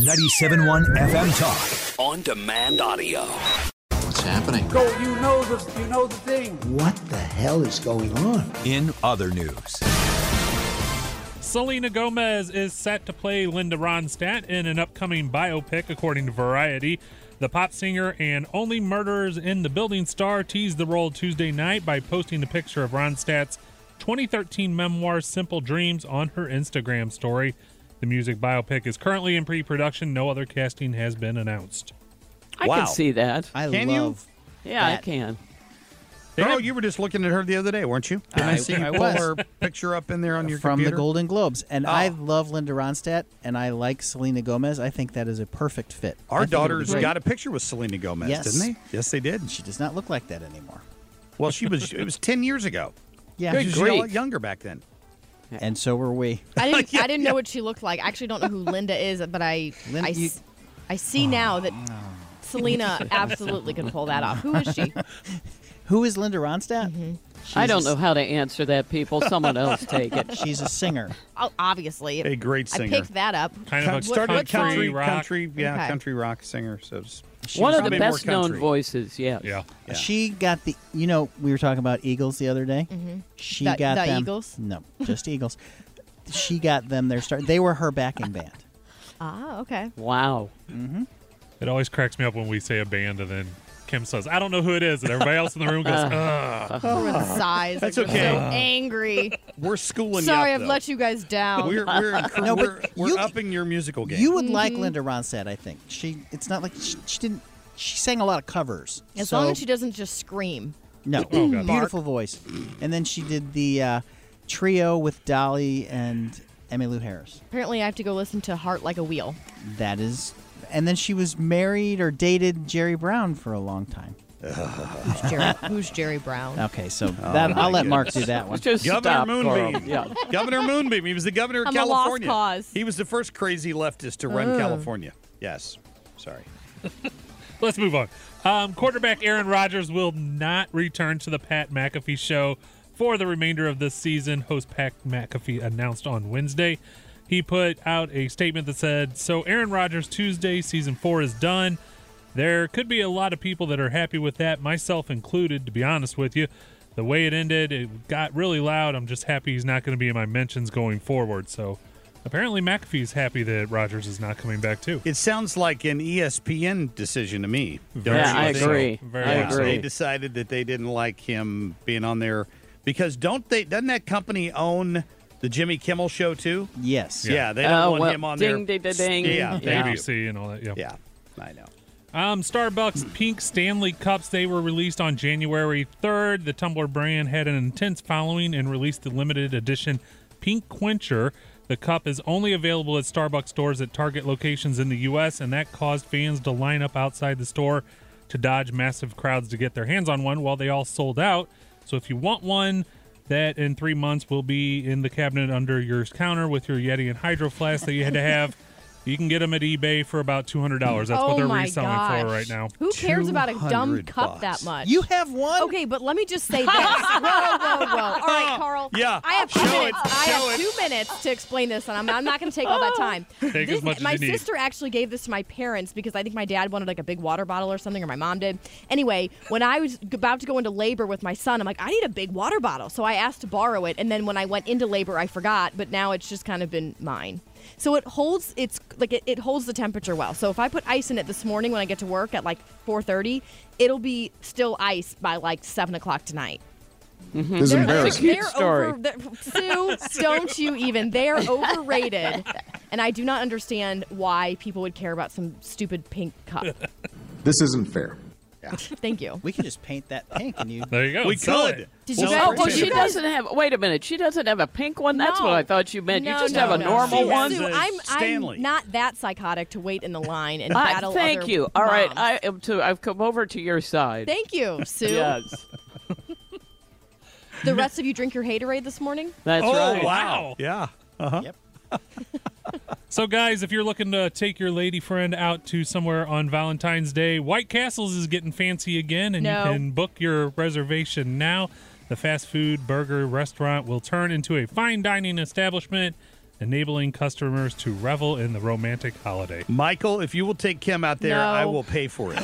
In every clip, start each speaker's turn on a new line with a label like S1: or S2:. S1: 97.1 FM Talk.
S2: On demand audio.
S3: What's happening?
S4: What the hell is going on?
S1: In other news,
S5: Selena Gomez is set to play Linda Ronstadt in an upcoming biopic, according to Variety. The pop singer and only murderers in the building star teased the role Tuesday night by posting a picture of Ronstadt's 2013 memoir, Simple Dreams, on her Instagram story. The music biopic is currently in pre production. No other casting has been announced.
S6: I
S7: Wow.
S6: can see that.
S4: I
S3: Can you?
S4: love.
S6: yeah, I
S4: that.
S6: can.
S3: Bro, you were just looking at her the other day, weren't you? Didn't I,
S4: I-
S3: see
S4: I
S3: you pull
S4: was.
S3: her picture up in there on your
S4: from
S3: computer?
S4: the Golden Globes, and I
S3: Oh.
S4: love Linda Ronstadt, and I like Selena Gomez. I think that is a perfect fit. I think it would
S3: Our
S4: be
S3: daughters
S4: great.
S3: got a picture with Selena Gomez,
S4: Yes.
S3: didn't they? Yes, they did.
S4: She does not look like that anymore.
S3: Well, she was. It was ten years ago.
S4: Yeah,
S3: she was a lot younger back then.
S4: and so were we.
S8: I didn't. I didn't know what she looked like. I actually don't know who Linda is, but I,
S4: Linda,
S8: I, s-
S4: you-
S8: I see
S3: Oh.
S8: now that Selena absolutely could pull that off. Who is she?
S4: Who is Linda Ronstadt?
S8: Mm-hmm.
S6: I don't know how to answer that, people. Someone else take it.
S4: She's a singer.
S8: Oh, obviously,
S3: A great
S8: I
S3: singer.
S8: picked that up.
S5: Kind of a
S3: Started
S8: what song?
S3: country,
S5: rock.
S3: country, yeah,
S8: Okay.
S3: country rock singer. So it's-
S6: One of the
S3: probably more
S6: best known
S3: country.
S6: voices, yes.
S5: Yeah.
S3: Yeah.
S4: She got the. You know, we were talking about Eagles the other day. She
S8: Mm-hmm. The-
S4: got
S8: the
S4: them.
S8: Eagles?
S4: No, just Eagles. She got them their start. They were her backing band.
S8: Ah, okay.
S6: Wow.
S5: It always cracks me up when we say a band and then Kim says, I don't know who it is. And everybody else in the room goes, ugh.
S8: Over Uh. the size.
S3: That's
S8: Like, we're
S3: okay.
S8: So angry.
S3: Uh, We're schooling.
S8: Sorry,
S3: you
S8: I've
S3: up, though.
S8: let you guys down.
S3: We're we're,
S4: No, but
S3: we're, we're
S4: you-
S3: upping your musical game.
S4: You would like
S8: Mm-hmm.
S4: Linda Ronstadt, I think. She. It's not like she, she didn't. She sang a lot of covers.
S8: as
S4: so-
S8: long as she doesn't just scream.
S4: No,
S3: Oh,
S5: God.
S4: beautiful voice. And then she did the uh, trio with Dolly and Emmylou Harris.
S8: Apparently, I have to go listen to "Heart Like a Wheel."
S4: That is, and then she was married or dated Jerry Brown for a long time.
S8: Who's Jerry? Who's Jerry Brown?
S4: Okay, so
S3: Oh,
S4: that, I'll let Mark do that one.
S6: Just
S3: Governor
S6: stop, Carl.
S3: Moonbeam.
S6: Yeah.
S3: Governor Moonbeam. He was the governor of
S8: I'm a lost
S3: California.
S8: cause.
S3: He was the first crazy leftist to run California. Yes. Sorry.
S5: Let's move on. Um, quarterback Aaron Rodgers will not return to the Pat McAfee show for the remainder of this season, host Pat McAfee announced on Wednesday. He put out a statement that said, So Aaron Rodgers Tuesday, season four is done. There could be a lot of people that are happy with that, myself included, to be honest with you. The way it ended, it got really loud. I'm just happy he's not going to be in my mentions going forward. So apparently McAfee's happy that Rodgers is not coming back too.
S3: It sounds like an E ESPN decision to me. Don't
S6: Yeah,
S3: you
S6: I
S3: think?
S6: agree.
S5: Very
S6: I
S5: much so.
S3: They
S6: agree.
S3: decided that they didn't like him being on there because don't they? Doesn't that company own the Jimmy Kimmel show too?
S4: Yes.
S3: Yeah, they don't
S6: Oh,
S3: want
S6: well,
S3: him on
S6: ding,
S3: there.
S6: ding, ding, ding.
S3: Yeah,
S6: Yeah.
S3: thank you.
S5: ABC and all that. Yeah.
S3: Yeah, I know.
S5: Um, Starbucks Pink Stanley Cups, they were released on January 3rd. The Tumblr brand had an intense following and released the limited edition Pink Quencher. The cup is only available at Starbucks stores at Target locations in the U.S., and that caused fans to line up outside the store to dodge massive crowds to get their hands on one while they all sold out. So if you want one, that in three months will be in the cabinet under your counter with your Yeti and Hydro Flask that you had to have. You can get them at eBay for about two hundred dollars. That's
S8: oh
S5: what they're
S8: my
S5: reselling
S8: gosh.
S5: for right now.
S8: Who cares about a dumb
S3: 200
S8: cup
S3: bucks.
S8: that much?
S4: You have one.
S8: Okay, but let me just say this. whoa, whoa, whoa. All right, Carl.
S3: Oh, Yeah.
S8: I have two
S3: Show it.
S8: minutes. I
S3: Show
S8: have
S3: it.
S8: two minutes to explain this, and I'm, I'm not going to take all that time.
S5: Take
S8: This-
S5: as much as
S8: my
S5: you need.
S8: sister actually gave this to my parents because I think my dad wanted like a big water bottle or something, or my mom did. Anyway, when I was about to go into labor with my son, I'm like, I need a big water bottle. So I asked to borrow it, and then when I went into labor, I forgot, but now it's just kind of been mine. So it holds it's like it, it holds the temperature well. So if I put ice in it this morning when I get to work at like 4:30, it'll be still ice by like seven o'clock tonight.
S9: Mm-hmm.
S8: They're-
S9: They're, embarrassing.
S8: They're over. they're- Sue, don't you even? They are overrated, and I do not understand why people would care about some stupid pink cup.
S9: This isn't fair.
S8: Thank you.
S4: We can just paint that pink and you.
S5: There you go.
S4: We
S5: Sell
S4: could.
S5: it.
S8: Did
S4: you
S6: Oh, well, she doesn't have. Wait a minute. She doesn't have a pink one. That's what I thought you meant. you just have a normal
S8: Sue,
S6: one.
S8: Sue, I'm, I'm not that psychotic to wait in the line and
S6: I-
S8: battle.
S6: thank
S8: other
S6: you. All right,
S8: moms.
S6: I am too. I've come over to your side.
S8: Thank you, Sue.
S6: Yes,
S8: The rest of you drink your haterade this morning.
S6: that's
S5: oh,
S6: right.
S5: Wow.
S3: Yeah. Uh-huh.
S4: Yep.
S5: so, guys, if you're looking to take your lady friend out to somewhere on Valentine's Day, White Castles is getting fancy again, and
S8: No.
S5: you can book your reservation now. The fast food burger restaurant will turn into a fine dining establishment, enabling customers to revel in the romantic holiday.
S3: Michael, if you will take Kim out there,
S8: No.
S3: I will pay for it.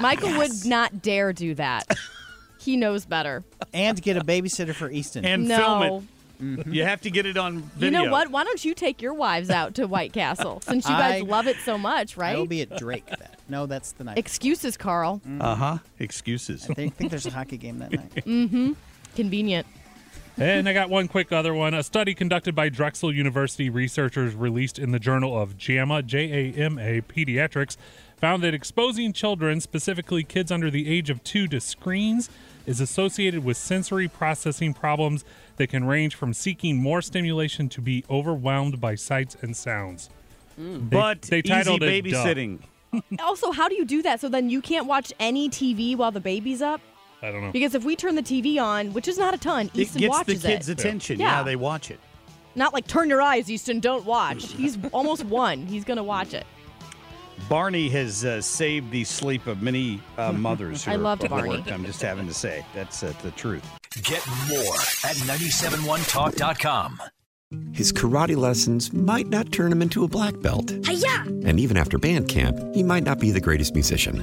S8: Michael would not dare do that. He knows better.
S4: And get a babysitter for Easton.
S3: And
S8: No.
S3: film it. You have to get it on video.
S8: You know what? Why don't you take your wives out to White Castle since you guys
S4: I-
S8: love it so much, right?
S4: I will be at Drake. That. No, that's the night.
S8: Excuses, Carl.
S3: Uh huh. Excuses.
S4: I think, think there's a hockey game that night.
S8: Mm-hmm. Convenient.
S5: and I got one quick other one. A study conducted by Drexel University researchers released in the Journal of JAMA, J A M A Pediatrics, found that exposing children, specifically kids under the age of two, to screens is associated with sensory processing problems that can range from seeking more stimulation to be overwhelmed by sights and sounds. They-
S3: But
S5: they
S3: easy
S5: titled it, "Duh."
S3: babysitting.
S8: also, how do you do that? So then you can't watch any TV while the baby's up?
S5: I don't know.
S8: Because if we turn the TV on, which is not a ton,
S3: It
S8: Easton
S3: gets the
S8: watches
S3: kids'
S8: it.
S3: attention.
S8: Yeah.
S3: Yeah. they watch it.
S8: Not like turn your eyes, Easton, don't watch. He's almost one. He's gonna watch it.
S3: Barney has uh, saved the sleep of many uh, mothers. Who
S8: I
S3: are
S8: loved Barney.
S3: overworked, I'm just having to say that's uh, the truth.
S1: Get more at 971talk.com.
S10: His karate lessons might not turn him into a black belt.
S2: Hiya!
S10: And even after band camp, he might not be the greatest musician.